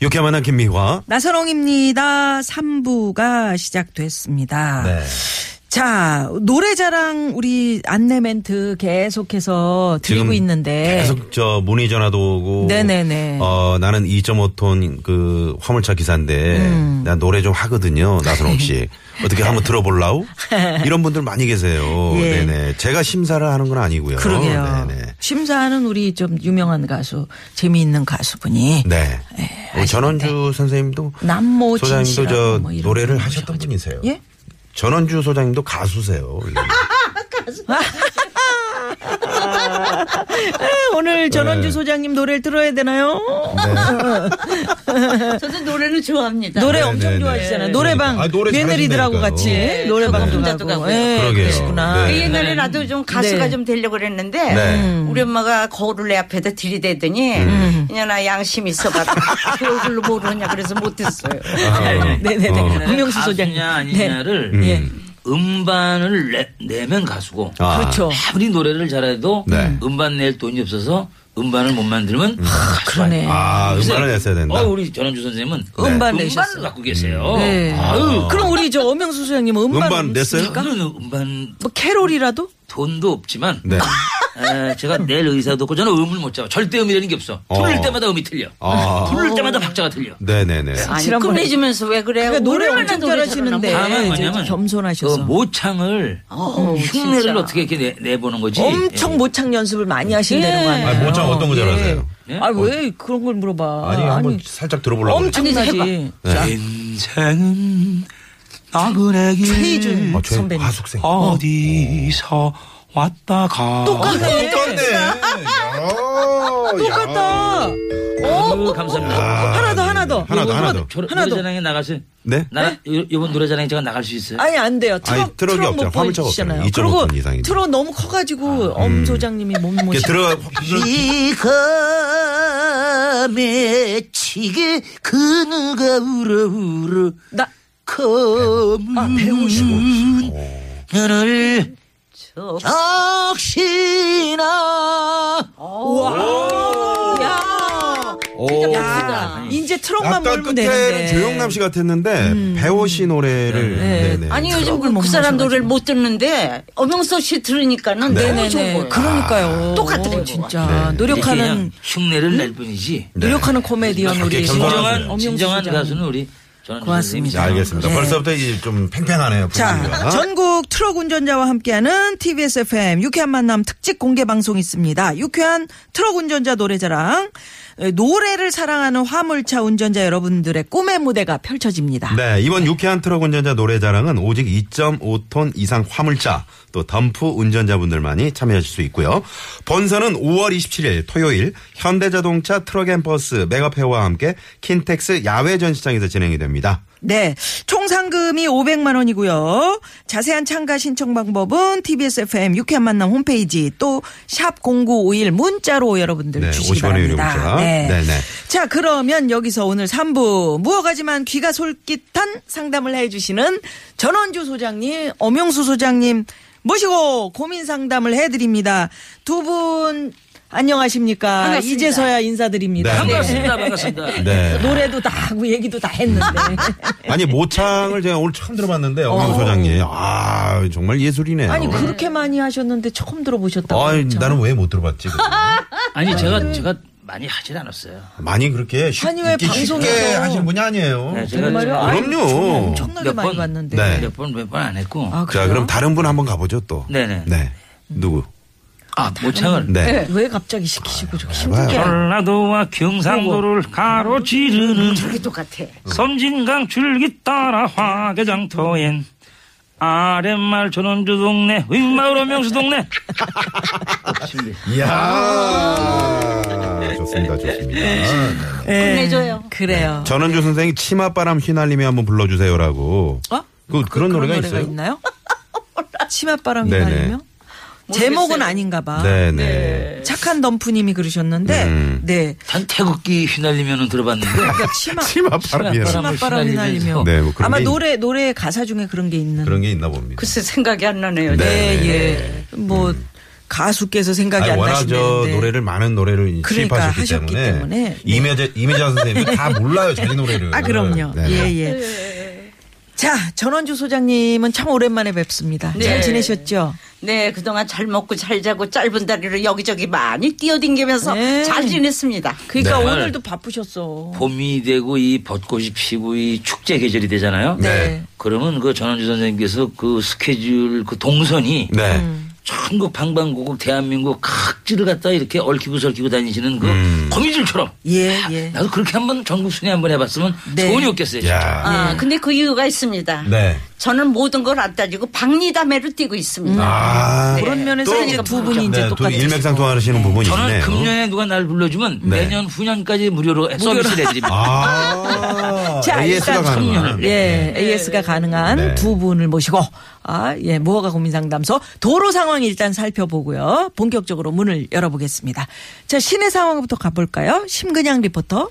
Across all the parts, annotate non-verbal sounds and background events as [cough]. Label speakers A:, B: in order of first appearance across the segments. A: 이렇게 만한 김미화.
B: 나선홍입니다. 3부가 시작됐습니다.
A: 네.
B: 자, 노래 자랑 우리 안내 멘트 계속해서 드리고 있는데.
A: 계속 저 문의 전화도 오고.
B: 네. 네네네.
A: 어 나는 2.5톤 그 화물차 기사인데
B: 음.
A: 난 노래 좀 하거든요. 나선홍
B: [laughs]
A: 씨 어떻게 한번 들어볼라우? 이런 분들 많이 계세요.
B: 예.
A: 네네. 제가 심사를 하는 건 아니고요.
B: 그러게요.
A: 어, 네네.
B: 심사하는 우리 좀 유명한 가수, 재미있는 가수분이
A: 네.
B: 예,
A: 어, 전원주 선생님도
B: 남모진
A: 소장님도 저
B: 씨라고 뭐 이런
A: 노래를
B: 분
A: 하셨던
B: 모셔가지고.
A: 분이세요.
B: 예?
A: 전원주 소장님도 가수세요.
B: 아, 오늘
A: 네.
B: 전원주 소장님 노래를 들어야 되나요?
C: 저는 노래를 좋아합니다.
B: 노래
A: 네,
B: 엄청
A: 네, 네.
B: 좋아하시잖아요.
A: 네.
B: 노래방
A: 아, 노래
B: 며느리들하고
A: 잘하신다니까요.
B: 같이
C: 네,
B: 노래방도
C: 전공자도
B: 가고.
C: 가고요.
B: 예,
A: 그러게요.
B: 그러시구나.
A: 네.
C: 그 옛날에 나도 좀 가수가
B: 네.
C: 좀 되려고 그랬는데
A: 네.
B: 음.
C: 우리 엄마가 거울을 내 앞에다 들이대더니 이년아 양심 있어봐.
B: [laughs]
C: 그 얼굴로 모르냐 그래서 못했어요.
B: 네네네.
A: 어.
B: 문명수 소장님.
D: 가수냐 아니냐를
B: 예.
D: 음반을 내, 내면 가수고
A: 아.
B: 그렇죠.
D: 아무리 노래를 잘해도
A: 네.
D: 음반 낼 돈이 없어서 음반을 못 만들면 가수가
B: 그러네.
A: 아,
D: 그래서
A: 음반을 냈어야 된다.
D: 어, 우리 전원주 선생님은
B: 음반
D: 음반을
B: 내셨어요.
D: 갖고 계세요.
B: 네.
D: 아유,
B: 그럼 우리 저 엄영수 소장님은 음반,
A: 음반 냈어요?
B: 씁니까?
D: 저는 음반
B: 뭐 캐롤이라도?
D: 돈도 없지만
A: 네.
D: 에, 제가 낼 의사도 없고 저는 음을 못 잡아. 절대 음이라는 게 없어.
A: 어.
D: 부를 때마다 음이 틀려. [laughs]
A: 아.
D: 부를 때마다 박자가 틀려. 그
A: 네네네.
C: 아니
B: 지난번에-
C: 끝내주면서 왜 그래요?
B: 그러니까 노래
C: 얼마나
B: 엄청
C: 노래
B: 잘하시는데.
C: 잘하나
B: 네,
D: 다만
B: 좀
D: 뭐냐면
B: 겸손하셔서.
D: 그 모창을 흉내를
C: 진짜.
D: 어떻게 이렇게 내, 내보는 거지.
B: 엄청
D: 예.
B: 모창 연습을 많이 하신다는 거 아니에요?
A: 뭐, 아, 모창 어떤 거 잘하세요? 어.
D: 예?
B: 아, 왜 그런 걸 물어봐.
A: 아니, 한번 살짝 들어보려고.
B: 엄청나지.
D: 인생은 나그네 길
B: 최희준
A: 아, 저
B: 선배님.
A: 하숙생.
D: 어디서 왔다 가
A: 아,
B: 똑같네. 똑같다.
A: 어,
D: 아유, 감사합니다
B: 하나 더, 하나 더.
A: 하나 더, 하나 더.
D: 저,
B: 하나 더.
D: 노래자랑에 나가서
A: 네?
B: 어,
D: 나 요- 요번 노래자랑에 제가 나갈 수 있어요?
B: 아니 안 돼요. 트럭,
A: 아니, 트럭이
B: 못
A: 없잖아요. 화물차가
B: 보여주시잖아요.
A: 없잖아요.
B: 그리고
A: 2.5톤 이상인데.
B: 트럭 너무 커가지고 엄 소장님이 못
A: 이게
B: 모시.
A: 들어가,
E: 비가 맺히게 그누가 울어 울어
B: 나
D: 아,
E: 검은 눈을
C: 저-
E: 적시나
B: 야.
A: 오.
B: 야. 이제 트럭만
A: 아까
B: 몰면
A: 끝에는
B: 되는데. 음.
A: 조영남 씨 같았는데, 배호 씨 노래를. 네. 네
C: 아니 요즘
B: 트럭을 못
C: 그 사람
B: 마셔가지고.
C: 노래를 못 듣는데 엄영수 씨 들으니까는 너무 좋은
B: 네네네.
C: 거예요. 아,
B: 그러니까요.
C: 똑같더래요,
B: 어, 진짜
D: 이게
B: 노력하는 아,
D: 그냥 흉내를 낼 뿐이지
B: 노력하는 코미디언
A: 이렇게
B: 우리 네.
A: 겸손하세요.
D: 네. 진정한
B: 엄영수
D: 진정한
B: 소장님.
D: 가수는 우리 전원
B: 고맙습니다.
A: 자, 네, 알겠습니다. 벌써부터 이제 좀 팽팽하네요. 분위기가.
B: 네. 자, 전국 트럭 운전자와 함께하는 TBS FM 유쾌한 만남 특집 공개 방송 있습니다. 유쾌한 트럭 운전자 노래자랑 에, 노래를 사랑하는 화물차 운전자 여러분들의 꿈의 무대가 펼쳐집니다.
A: 네, 이번 유쾌한 트럭 운전자 노래 자랑은 오직 2.5톤 이상 화물차 또 덤프 운전자분들만이 참여하실 수 있고요. 본선은 5월 27일 토요일 현대자동차 트럭앤버스 메가페어와 함께 킨텍스 야외 전시장에서 진행이 됩니다.
B: 네, 총 상금이 500만 원이고요. 자세한 참가 신청 방법은 TBS FM 유쾌한 만남 홈페이지 또 샵 0951 문자로 여러분들
A: 네,
B: 주시기
A: 50원의 유료
B: 바랍니다.
A: 문자. 네네.
B: 자, 그러면 여기서 오늘 3부 무어가지만 귀가 솔깃한 상담을 해주시는 전원주 소장님, 엄영수 소장님 모시고 고민 상담을 해드립니다. 두 분 안녕하십니까?
C: 반갑습니다.
B: 이제서야 인사드립니다.
A: 네.
D: 반갑습니다 반갑습니다
A: 네.
B: 노래도 다 하고 얘기도 다
A: [laughs]
B: 했는데.
A: 아니 모창을 제가 오늘 처음 들어봤는데 엄영 소장님, 아 정말 예술이네요.
B: 아니 그렇게 많이 하셨는데 처음 들어보셨다고
A: 아이,
B: 그랬죠?
A: 나는 왜 못 들어봤지? 그거?
D: 아니 제가
A: 네.
D: 제가 많이 하질 않았어요
A: 많이 그렇게 쉽,
B: 아니, 왜
A: 이렇게 쉽게
B: 방송에서-
A: 하시는 분이 아니에요.
D: 네, 제가
B: 정말요? 아이, 정말
A: 그럼요.
B: 엄청나게
D: 몇
B: 많이
D: 번?
B: 봤는데.
A: 네.
D: 몇 번 몇 번 안 했고
B: 아,
A: 자,
B: 그래요?
A: 그럼 다른 분 한번 가보죠 또.
D: 네네.
A: 네. 누구?
D: 아, 모창을
A: 네.
B: 왜 갑자기 시키시고 저
A: 해봐요.
B: 힘들게
D: 전라도와 경상도를 가로지르는
C: 그게 똑같아.
B: 네.
D: 섬진강 줄기 따라 화개장터엔 아랫마을 전원주 동네 네. 윗마을 오명수 동네
A: 이야. 아, 좋습니다. 좋습니다. 네.
C: 끝내줘요.
B: 네. 그래요.
A: 전원주 선생이 치맛바람 휘날리며 한번 불러주세요라고.
B: 어?
A: 그, 그런, 노래가 있어요?
B: 나요 치맛바람이
A: 네네.
B: 날리며? 제목은
C: 모르겠어요.
B: 아닌가 봐.
A: 네네.
B: 착한 덤프님이 그러셨는데,
A: 음.
B: 네.
D: 단 태극기 휘날리면은 들어봤는데
B: 그러니까 치마,
A: 치맛바람이요.
D: 치맛바람을
B: 치맛바람이 날리며.
A: 네, 뭐 그런
B: 아마
A: 게 있-
B: 노래, 노래 가사 중에 그런 게 있는.
A: 그런 게 있나 봅니다.
C: 글쎄 생각이 안 나네요.
A: 네. 음.
B: 예, 예. 뭐, 가수께서 생각이
A: 아니,
B: 안 네.
A: 워낙
B: 나시는데.
A: 저 노래를 많은 노래를
B: 그러니까
A: 취입하셨기
B: 하셨기
A: 때문에,
B: 때문에. 네.
A: 이매자 이매자 선생님도
B: [laughs]
A: 다 몰라요 자기 노래를.
B: 아, 그럼요.
A: 네.
B: 예, 예. 자, 전원주 소장님은 참 오랜만에 뵙습니다.
C: 네.
B: 잘 지내셨죠?
C: 네, 그동안 잘 먹고 잘 자고 짧은 다리로 여기저기 많이 뛰어댕기면서
B: 네.
C: 잘 지냈습니다.
B: 그러니까
D: 네.
B: 오늘도 바쁘셨어.
D: 봄이 되고 이 벚꽃이 피고 이 축제 계절이 되잖아요.
B: 네.
D: 그러면 그 전원주 선생님께서 그 스케줄 그 동선이
A: 네.
B: 음.
D: 전국 방방곡곡 대한민국 각지를 갖다 이렇게 얽히고 설키고 다니시는 그 거미줄처럼
B: 예, 예.
D: 나도 그렇게 한번 전국 순위 한번 해봤으면
B: 네.
D: 소원이 없겠어요. 진짜.
A: 야.
C: 아, 근데 그 이유가 있습니다.
A: 네.
C: 저는 모든 걸 안 따지고 박리담회를 뛰고 있습니다.
A: 아.
B: 음. 그런 면에서 이제 두 분이 이제
A: 네, 또
B: 똑같이.
A: 일맥상통하시는 부분이
D: 저는
A: 있네요.
D: 금년에 누가 날 불러주면
A: 네.
D: 내년 후년까지 무료로 서비스를 해드립니다.
A: 아.
B: [laughs] 자,
A: AS가
B: 일단
A: 가능한.
B: 예, AS가 가능한
A: 네.
B: 두 분을 모시고 아, 예, 무허가 고민 상담소 도로 상황 일단 살펴보고요. 본격적으로 문을 열어보겠습니다. 자, 시내 상황부터 가볼까요? 심근양 리포터.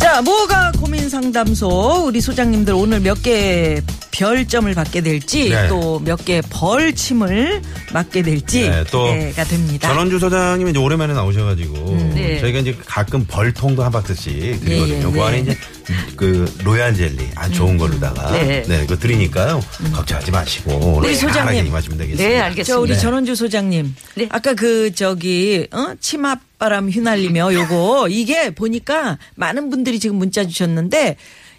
B: 자, 뭐가 고민 상담소 우리 소장님들 오늘 몇 개 별점을 받게 될지
A: 네.
B: 또 몇 개 벌침을 맞게 될지
A: 네, 또
B: 예, 기대가 됩니다.
A: 전원주 소장님이 이제 오랜만에 나오셔가지고
C: 네.
A: 저희가 이제 가끔 벌통도 한 박스씩
B: 예, 예,
A: 드리거든요.
B: 네.
A: 그 안에 이제 그 로얄 젤리 안 좋은 걸로다가
C: 네.
A: 네. 그거 드리니까요 걱정하지 마시고 오늘
B: 우리 소장님.
A: 편하게 임하시면 되겠습니다.
C: 네, 알겠습니다.
B: 저 우리 전원주 소장님.
C: 네.
B: 아까 그 저기 어? 치맛바람
C: [laughs]
B: 휘날리며 요거 이게 보니까 많은 분들이 지금 문자 주셨는데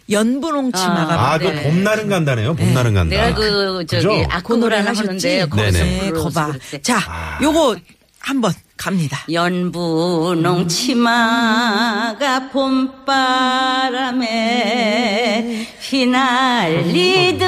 B: 연분홍 치마가
A: 아또
C: 네.
A: 봄날은 간다네요. 봄날은 간다.
C: 내가 그 저기
A: 그죠?
C: 아쿠 노래 하는데
B: 하셨지.
C: 거기서
A: 네네.
B: 네,
C: 불러서
B: 거봐.
C: 그랬대.
B: 자,
A: 아.
B: 요거 한번 갑니다.
C: 연분홍 치마가 봄바람에 휘날리더라.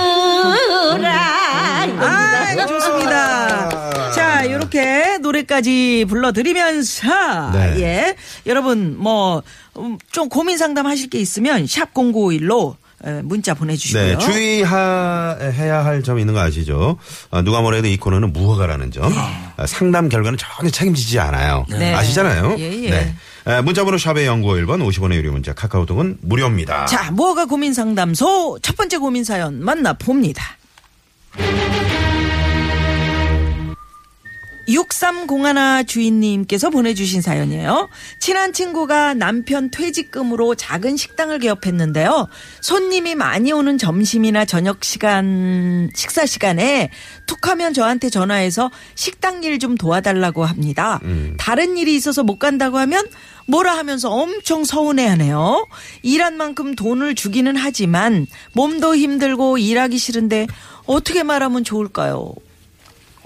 B: 아, 이거 좋습니다. 자, 요렇게 노래까지 불러드리면서,
A: 네.
B: 예. 여러분, 뭐, 음, 좀 고민 상담 하실 게 있으면, 샵0951로 예, 문자 보내주시고요.
A: 네, 주의해야 할 점이 있는 거 아시죠? 아, 누가 뭐래도 이 코너는 무허가라는 점.
D: 네.
A: 아, 상담 결과는 전혀 책임지지 않아요.
B: 네.
A: 아시잖아요?
B: 예, 예.
A: 네. 아, 문자번호 샵의 연구 1번 50원의 유료 문자 카카오톡은 무료입니다.
B: 자, 뭐가 고민 상담소 첫 번째 고민 사연 만나봅니다. 6301 주인님께서 보내주신 사연이에요. 친한 친구가 남편 퇴직금으로 작은 식당을 개업했는데요. 손님이 많이 오는 점심이나 저녁 시간, 식사 시간에 툭 하면 저한테 전화해서 식당 일 좀 도와달라고 합니다.
A: 음.
B: 다른 일이 있어서 못 간다고 하면 뭐라 하면서 엄청 서운해 하네요. 일한 만큼 돈을 주기는 하지만 몸도 힘들고 일하기 싫은데 어떻게 말하면 좋을까요?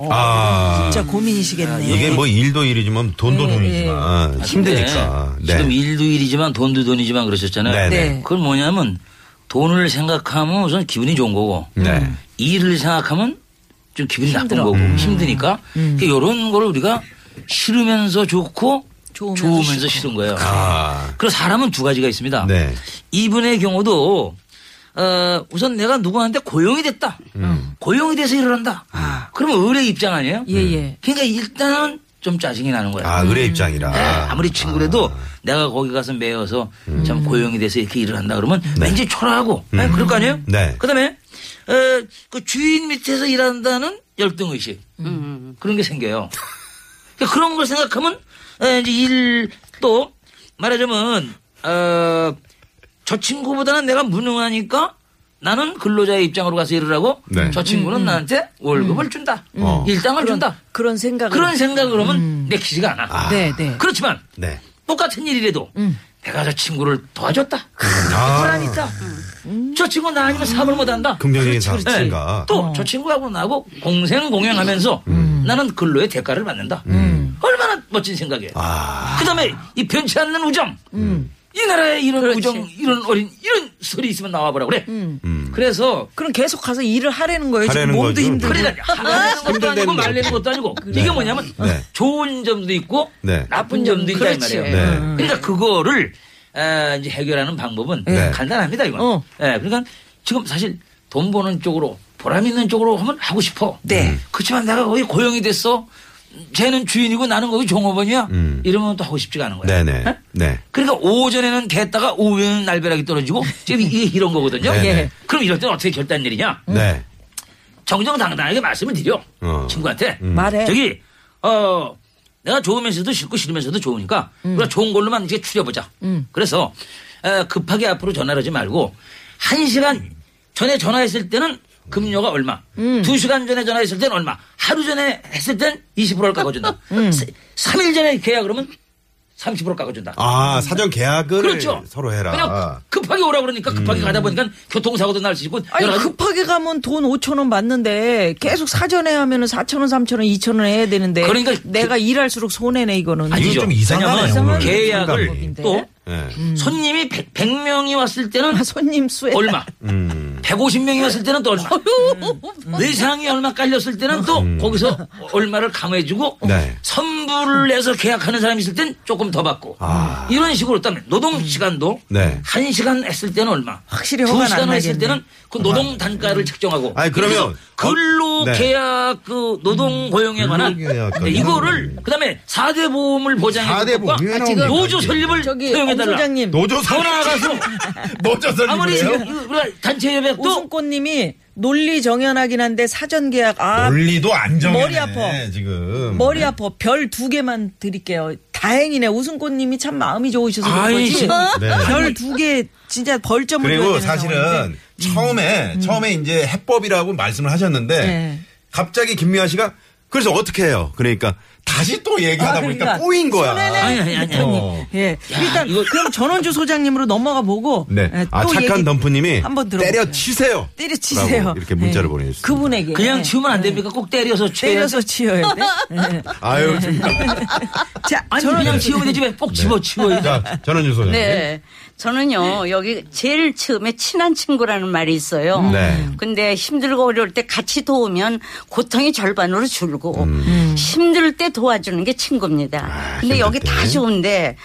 A: 아,
B: 진짜 고민이시겠네요.
A: 이게 뭐 일도 일이지만 돈도 돈이지만
D: 예, 아, 근데
A: 힘드니까. 네.
D: 지금 일도 일이지만 돈도 돈이지만
A: 네,
D: 그러셨잖아요.
B: 네.
D: 그건 뭐냐면 돈을 생각하면 우선 기분이 좋은 거고 음.
A: 네.
D: 일을 생각하면 좀 기분이 나쁜 거고
A: 음.
D: 힘드니까
B: 음.
D: 이런 걸 우리가 싫으면서 좋고
B: 좋으면서
D: 좋으면서 싫은 거예요.
A: 아,
D: 그래서 사람은 두 가지가 있습니다.
A: 네.
D: 이분의 경우도 어, 우선 내가 누구한테 고용이 됐다.
A: 음.
D: 고용이 돼서 일을 한다. 그러면 의뢰 입장 아니에요?
B: 예,
A: 네.
B: 예.
D: 그러니까 일단은 좀 짜증이 나는 거예요.
A: 아, 의뢰 입장이라.
D: 네, 아무리 친구라도 내가 거기 가서 매여서
A: 음.
D: 참 고용이 돼서 이렇게 일을 한다 그러면 왠지 초라하고 네, 그럴 거 아니에요?
A: 네.
D: 그다음에 어, 그 주인 밑에서 일한다는 열등 의식 그런 게 생겨요. 그런걸 생각하면 에, 이제 일 또 말하자면 어, 저 친구보다는 내가 무능하니까 나는 근로자의 입장으로 가서 일을 하고
A: 네.
D: 저 친구는 나한테 월급을 준다
A: 어.
D: 일당을 준다
B: 그런 생각을.
D: 그러니까 그런 생각을 하면 내키지가 않아.
B: 네, 네.
D: 그렇지만
A: 네.
D: 똑같은 일이라도 내가 저 친구를 도와줬다.
A: 아,
D: 보람이 있다. 저 친구 나 아니면 사업을 못한다. 네.
A: 긍정적인 사람인가. 음.
D: 또 저 친구하고 나하고 공생 공연하면서 나는 근로의 대가를 받는다. 얼마나 멋진 생각이에요.
A: 아, 음.
D: 그다음에 이 변치 않는 우정. 이 나라의 이런 우정, 이런 어린 이런 소리 있으면 나와보라 그래.
A: 음.
D: 그래서
B: 그럼 계속 가서 일을 하라는 거예요. 지금
A: 하라는
B: 몸도
A: 거죠.
B: 힘들고.
D: 그러니까 하라는 것도
A: 힘들다는
D: 아니고
A: 거죠.
D: 말리는 것도 아니고 이게 뭐냐면
A: 네.
D: 좋은 점도 있고
A: 네.
D: 나쁜 점도 있다 이
B: 그렇지.
D: 말이에요.
A: 네.
D: 그러니까 그거를 아, 이제 해결하는 방법은
A: 네.
D: 간단합니다 이건.
B: 어.
D: 예, 그러니까 지금 사실 돈 버는 쪽으로 보람 있는 쪽으로 하면 하고 싶어.
B: 네. 음.
D: 그렇지만 내가 거기 고용이 됐어. 쟤는 주인이고 나는 거기 종업원이야.
A: 음.
D: 이러면 또 하고 싶지가 않은 거야.
A: 네네.
D: 예?
A: 네.
D: 그러니까 오전에는 겠다가 오후에는 날벼락이 떨어지고 지금 이게 이런 거거든요.
A: 네, 네.
D: 그럼 이럴 때는 어떻게 결단 내리냐?
A: 네.
D: 정정당당하게 말씀을 드려
A: 어.
D: 친구한테
B: 말해.
D: 저기 어 내가 좋으면서도 싫고 싫으면서도 좋으니까
B: 음.
D: 우리가 좋은 걸로만 이제 추려보자 그래서 에, 급하게 앞으로 전화를 하지 말고 한 시간 전에 전화했을 때는 급료가 얼마
B: 음.
D: 두 시간 전에 전화했을 때는 얼마 하루 전에 했을 땐
B: [laughs]
D: 20%를 깎아준다
B: 음.
D: 삼 3일 전에 계약 그러면 30% 깎아준다
A: 아, 사전 계약을
D: 그렇죠
A: 서로 해라. 음.
D: 그냥 급하게 오라 그러니까 급하게 가다 보니까 교통사고도 날 수 있고
B: 아니
D: 여러 가지
B: 급하게 가면 돈 5천 원 받는데 계속 사전에 하면은 4천 원, 3천 원, 2천 원 해야 되는데
D: 그러니까
B: 내가 일할수록 손해네 이거는.
A: 아니죠. 좀 이상하네요,
D: 왜냐면
A: 오늘.
D: 계약을
B: 상담법인데.
D: 또
A: 네.
D: 음. 손님이 100, 명이 왔을 때는
B: 아, 손님 수에
D: 얼마,
A: 음.
D: 150명이 왔을 때는
A: [laughs]
D: 또 얼마, 내상이 얼마 깔렸을 때는 또 거기서 얼마를 감해주고
A: 음. 네.
D: 선불을 내서 계약하는 사람이 있을 땐 조금 더 받고
A: 아.
D: 이런 식으로 따면 노동 시간도
A: 네.
D: 한 시간 했을 때는 얼마,
B: 확실히
D: 두
B: 허가는
D: 시간
B: 안
D: 했을
B: 나겠네.
D: 때는 그 노동 단가를 책정하고
A: 아. 아니, 그러면
D: 그래서 근로
A: 어, 네. 음,
D: 계약 그 노동 고용에 관한
A: 근로계약까지.
D: 네, 이거를
A: 음.
D: 그다음에 4대 보험을 보장해
A: 사대
D: 줄 것과
A: 보험. 왜 나옵니까,
D: 노조
A: 이게?
D: 설립을
B: 저기 엄
D: 허용해 달라.
B: 소장님
A: 노조
D: 더
A: 설 [laughs]
D: 나아가서
A: 노조
D: 아무리
A: 설립이에요?
D: 지금 우리가 단체 협약도
B: 오승꽃님이 논리 정연하긴 한데 사전 계약 아
A: 논리도 안정.
B: 머리 아파.
A: 지금.
B: 머리 아파 별 두 개만 드릴게요. 다행이네 우승꽃님이 참 마음이 좋으셔서 그런
D: 아이,
B: 거지.
D: 진짜.
A: 네.
B: 별 두 개 진짜 벌점을 줘야
A: 그리고
B: 되는
A: 사실은
B: 상황인데.
A: 처음에 처음에 이제 해법이라고 말씀을 하셨는데
B: 네.
A: 갑자기 김미아 씨가 그래서 어떻게 해요? 그러니까 다시 또 얘기하다
B: 아,
A: 보니까
B: 그러니까
A: 꼬인 거야.
D: 아니 아니 아니. 아니.
A: 어.
B: 예 일단
D: 이거-
B: 그럼 전원주 소장님으로 넘어가 보고
A: 네.
B: 예,
A: 아
B: 또
A: 착한
B: 얘기
A: 덤프님이
B: 한번 들어볼게요.
A: 때려치세요.
B: 때려치세요.
A: 라고 이렇게 문자를
B: 예.
A: 보내주셨습니다.
B: 그분에게
D: 그냥
B: 예.
D: 치우면 안 됩니까? 꼭 때려서 치워야 돼.
B: 때려서 치워야 돼. 예.
A: 아유
B: [laughs]
A: 진짜.
B: 자
D: [laughs] 아니
B: 저는
D: 그냥 치우면 되지 왜 꼭
A: 네.
D: 집어 치워야 돼.
A: 자 전원주 소장님.
C: 네. 저는요, 여기 제일 처음에 친한 친구라는 말이 있어요.
A: 네.
C: 근데 힘들고 어려울 때 같이 도우면 고통이 절반으로 줄고
B: 음.
C: 힘들 때 도와주는 게 친구입니다.
A: 음. 아,
C: 근데
A: 힘들
C: 여기
A: 때.
C: 다 좋은데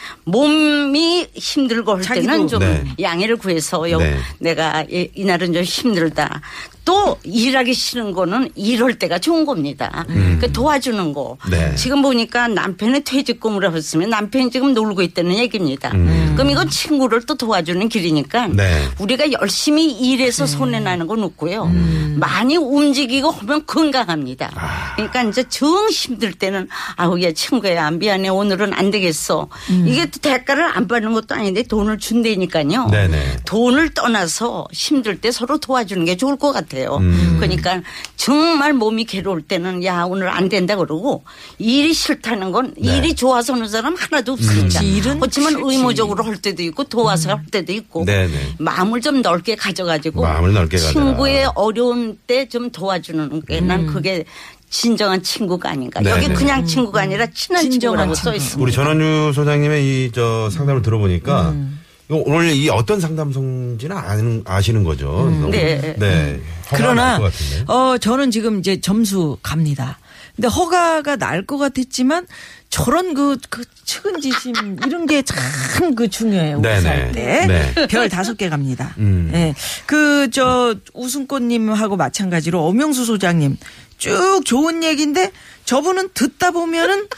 C: 몸이 힘들고 할
B: 자기도.
C: 때는 좀
A: 네.
C: 양해를 구해서 여,
A: 네.
C: 내가 이, 이날은 좀 힘들다. 또 일하기 싫은 거는 일할 때가 좋은 겁니다.
A: 음.
C: 그 도와주는 거.
A: 네.
C: 지금 보니까 남편의 퇴직금을 했으면 남편이 지금 놀고 있다는 얘기입니다. 그럼 이건 친구를 또 도와주는 길이니까
A: 음. 네.
C: 우리가 열심히 일해서 손해나는 건 없고요.
A: 음.
C: 많이 움직이고 하면 건강합니다.
A: 아.
C: 그러니까 이제 정 힘들 때는 아우 야 친구야 미안해 오늘은 안 되겠어. 이게 또 대가를 안 받는 것도 아닌데 돈을 준다니까요.
A: 네네.
C: 돈을 떠나서 힘들 때 서로 도와주는 게 좋을 것 같아요.
A: 음.
C: 그러니까 정말 몸이 괴로울 때는 야 오늘 안 된다 그러고 일이 싫다는 건
A: 네.
C: 일이 좋아서 하는 사람
A: 음.
C: 하나도 없으니까.
B: 그렇지, 일은
C: 그렇지만
B: 싫지.
C: 의무적으로 할 때도 있고 도와서 할 때도 있고
A: 음. 네네.
C: 마음을 좀 넓게 가져가지고
A: 마음을 넓게 가져라.
C: 친구의 어려운 때 좀 도와주는 게
B: 음.
C: 난 그게 진정한 친구가 아닌가. 여기
A: 네네.
C: 그냥 친구가 아니라 친한
B: 진정한
C: 친구라고 써 있습니다.
A: 우리 전원주 소장님의 이 저 상담을 들어보니까
B: 음.
A: 이거 오늘 이 어떤 상담소인지는 아는, 아시는 거죠. 너무,
C: 네.
A: 네. 화가
B: 음, 그러나
A: 날것 같은데.
B: 어 저는 지금 이제 점수 갑니다. 근데 허가가 날 것 같았지만 저런 그, 그 측은지심 이런 게 참 그 중요해요.
A: 네네. 네. 음.
B: 때별 다섯 개 갑니다. 네. 그저 우승꽃님하고 마찬가지로 엄영수 소장님 쭉 좋은 얘기인데 저분은 듣다 보면은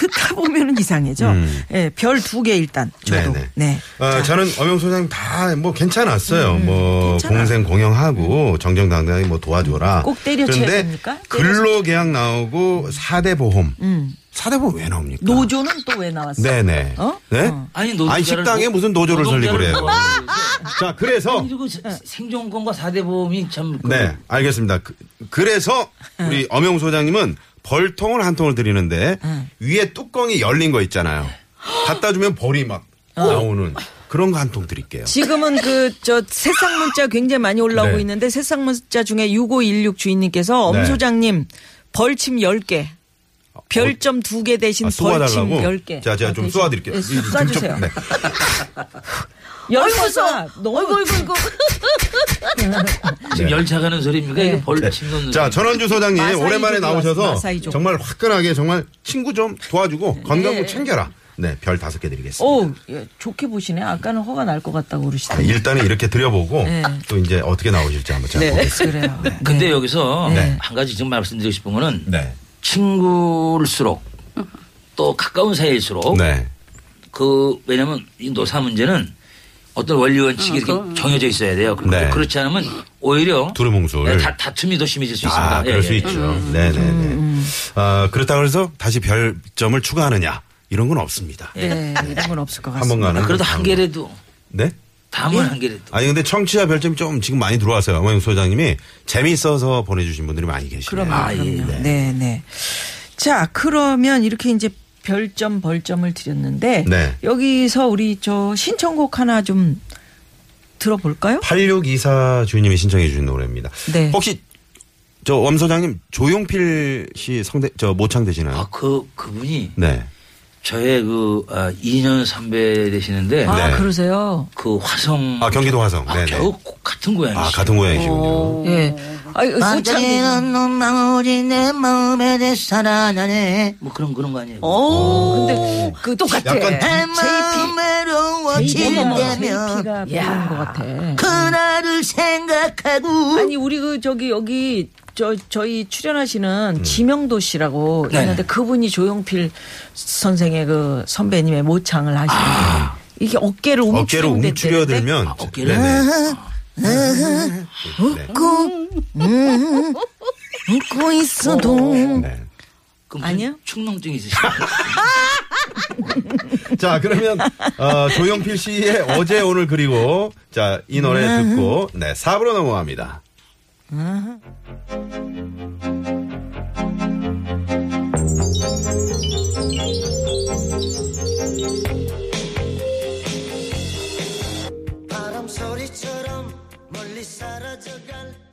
B: 듣다 보면은 이상해져. 예, 별 두 개 일단 저도.
A: 음. 네네.
B: 네.
A: 어, 저는 엄영 소장님 다 뭐 괜찮았어요. 뭐
B: 음, 괜찮아.
A: 공생 공영하고 정정당당히 뭐 도와줘라.
B: 음. 꼭 때려쳐야
A: 그런데
B: 됩니까?
A: 근로계약 나오고 사대 보험. 사대 보험 왜 나옵니까?
B: 음. 노조는 또 왜 나왔어?
A: 네네.
B: 어?
A: 네?
D: 아니 뭐 노동
A: 아니, 식당에 뭐 무슨 노조를 설립을 해요? 자, [laughs] 그래서
D: 그리고 아,
B: 네.
D: 생존권과 4대 보험이 참 그-
A: 네, 알겠습니다. 그, 래서 우리 엄영 소장님은 벌통을 한 통을 드리는데 위에 뚜껑이 열린 거 있잖아요. 갖다 주면 벌이 막
B: 어.
A: 나오는 그런 거 한 통 드릴게요.
B: 지금은 그 저 새싹 문자 굉장히 많이 올라오고
A: 네.
B: 있는데 새싹 문자 중에 6516 주인님께서 엄
A: 네. 어,
B: 소장님 벌침 10개. 별점 2개 대신
A: 아,
B: 벌침
A: 쏘아달라고?
B: 10개.
A: 자, 제가 좀 쏘아드릴게요.
B: 네,
A: 이- 좀-
B: 쏴주세요.
A: 좀- 네.
B: 열차가 너무-
C: 너무 어이구 어이구 어이구.
D: 지금
A: 네.
D: 열차 가는 소리입니까?
B: 네.
D: 이게 벌 씹는
A: 자, 전원주 소장님
B: 마사이족이
A: 오랜만에 나오셔서
B: 마사이족.
A: 정말 화끈하게 정말 친구 좀 도와주고 건강 좀 챙겨라. 네, 별 다섯 개 드리겠습니다.
B: 오, 예, 좋게 보시네. 아까는 허가 날 것 같다고
A: 네,
B: 그러시더니.
A: 일단은 이렇게 드려보고
B: 네.
A: 또 이제 어떻게 나오실지 한번 잘 보겠습니다. [laughs]
B: 그래요. 네.
D: 근데 여기서
A: 네.
D: 한 가지 좀 말씀드리고 싶은 거는
A: 네.
D: 친구일수록 또 가까운 사이일수록
A: 네.
D: 그 왜냐면 이 노사 문제는 어떤 원리 원칙이
B: 아,
D: 이렇게 정해져 있어야 돼요. 그런데
A: 네.
D: 그렇지 않으면 오히려
A: 두루뭉술.
D: 네, 다, 다툼이 더 심해질 수 있습니다. 예, 음,
A: 아, 그럴 수 있죠. 네네네.
B: 음,
A: 아, 그렇다고 해서 다시 별점을 추가하느냐. 이런 건 없습니다.
D: 예.
B: 네, 이런 건 없을 것
A: 한 번
B: 같습니다.
A: 가는.
D: 아, 그래도
A: 건
D: 한 개라도
A: 네?
B: 예.
D: 다음은 한 개라도
A: 아니, 근데 청취자 별점이 좀 지금 많이 들어와서요. 어머영 소장님이 재미있어서 보내주신 분들이 많이 계시네요.
B: 그럼요,
D: 아, 예.
B: 그럼요. 네, 네. 자, 그러면 이렇게 이제 별점 벌점을 드렸는데
A: 네.
B: 여기서 우리 저 신청곡 하나 좀 들어볼까요?
A: 8624 주인님이 신청해 주신 노래입니다.
B: 네.
A: 혹시 저 엄 소장님 조용필 씨 성대 저 모창 되시나요?
D: 아, 그, 그분이
A: 네.
D: 저의 그, 아, 2년 선배 되시는데,
B: 아,
A: 네.
B: 그러세요.
D: 그 화성.
A: 아 경기도 화성.
D: 아,
A: 네.
D: 겨우 어,
A: 네.
D: 같은 고양이.
A: 아 같은 고향이시군요.
B: 예. 아, 소창
E: 반짝이는 눈망울이 내 마음에 내 살아나네 어,
D: 뭐 그런, 그런 거 아니에요?
C: 오.
B: 근데 그 똑같아.
A: 약간
E: 내 마음에 로워질 때면
B: JP가 부르는 것 같아.
E: 그날을 생각하고
B: 아니 우리 그 저기 여기 저 저희 출연하시는
A: 음.
B: 지명도 씨라고
D: 네.
B: 있는데 그분이 조용필 선생의 그 선배님의 모창을 하시는 데 이게 어깨를
A: 아. 어깨로
B: 움츠린데
A: 움츠려들면
D: 아, 어깨를.
A: 네네.
B: 웃고 있어도
A: 네.
D: 그럼
B: 아니요?
D: 충농증 있으시죠?
A: [laughs] 자 그러면 어, 조용필 씨의 어제 오늘 그리고 자 이 노래 듣고 네 4부로 넘어갑니다.
E: 바람 소리처럼 멀리 사라져갈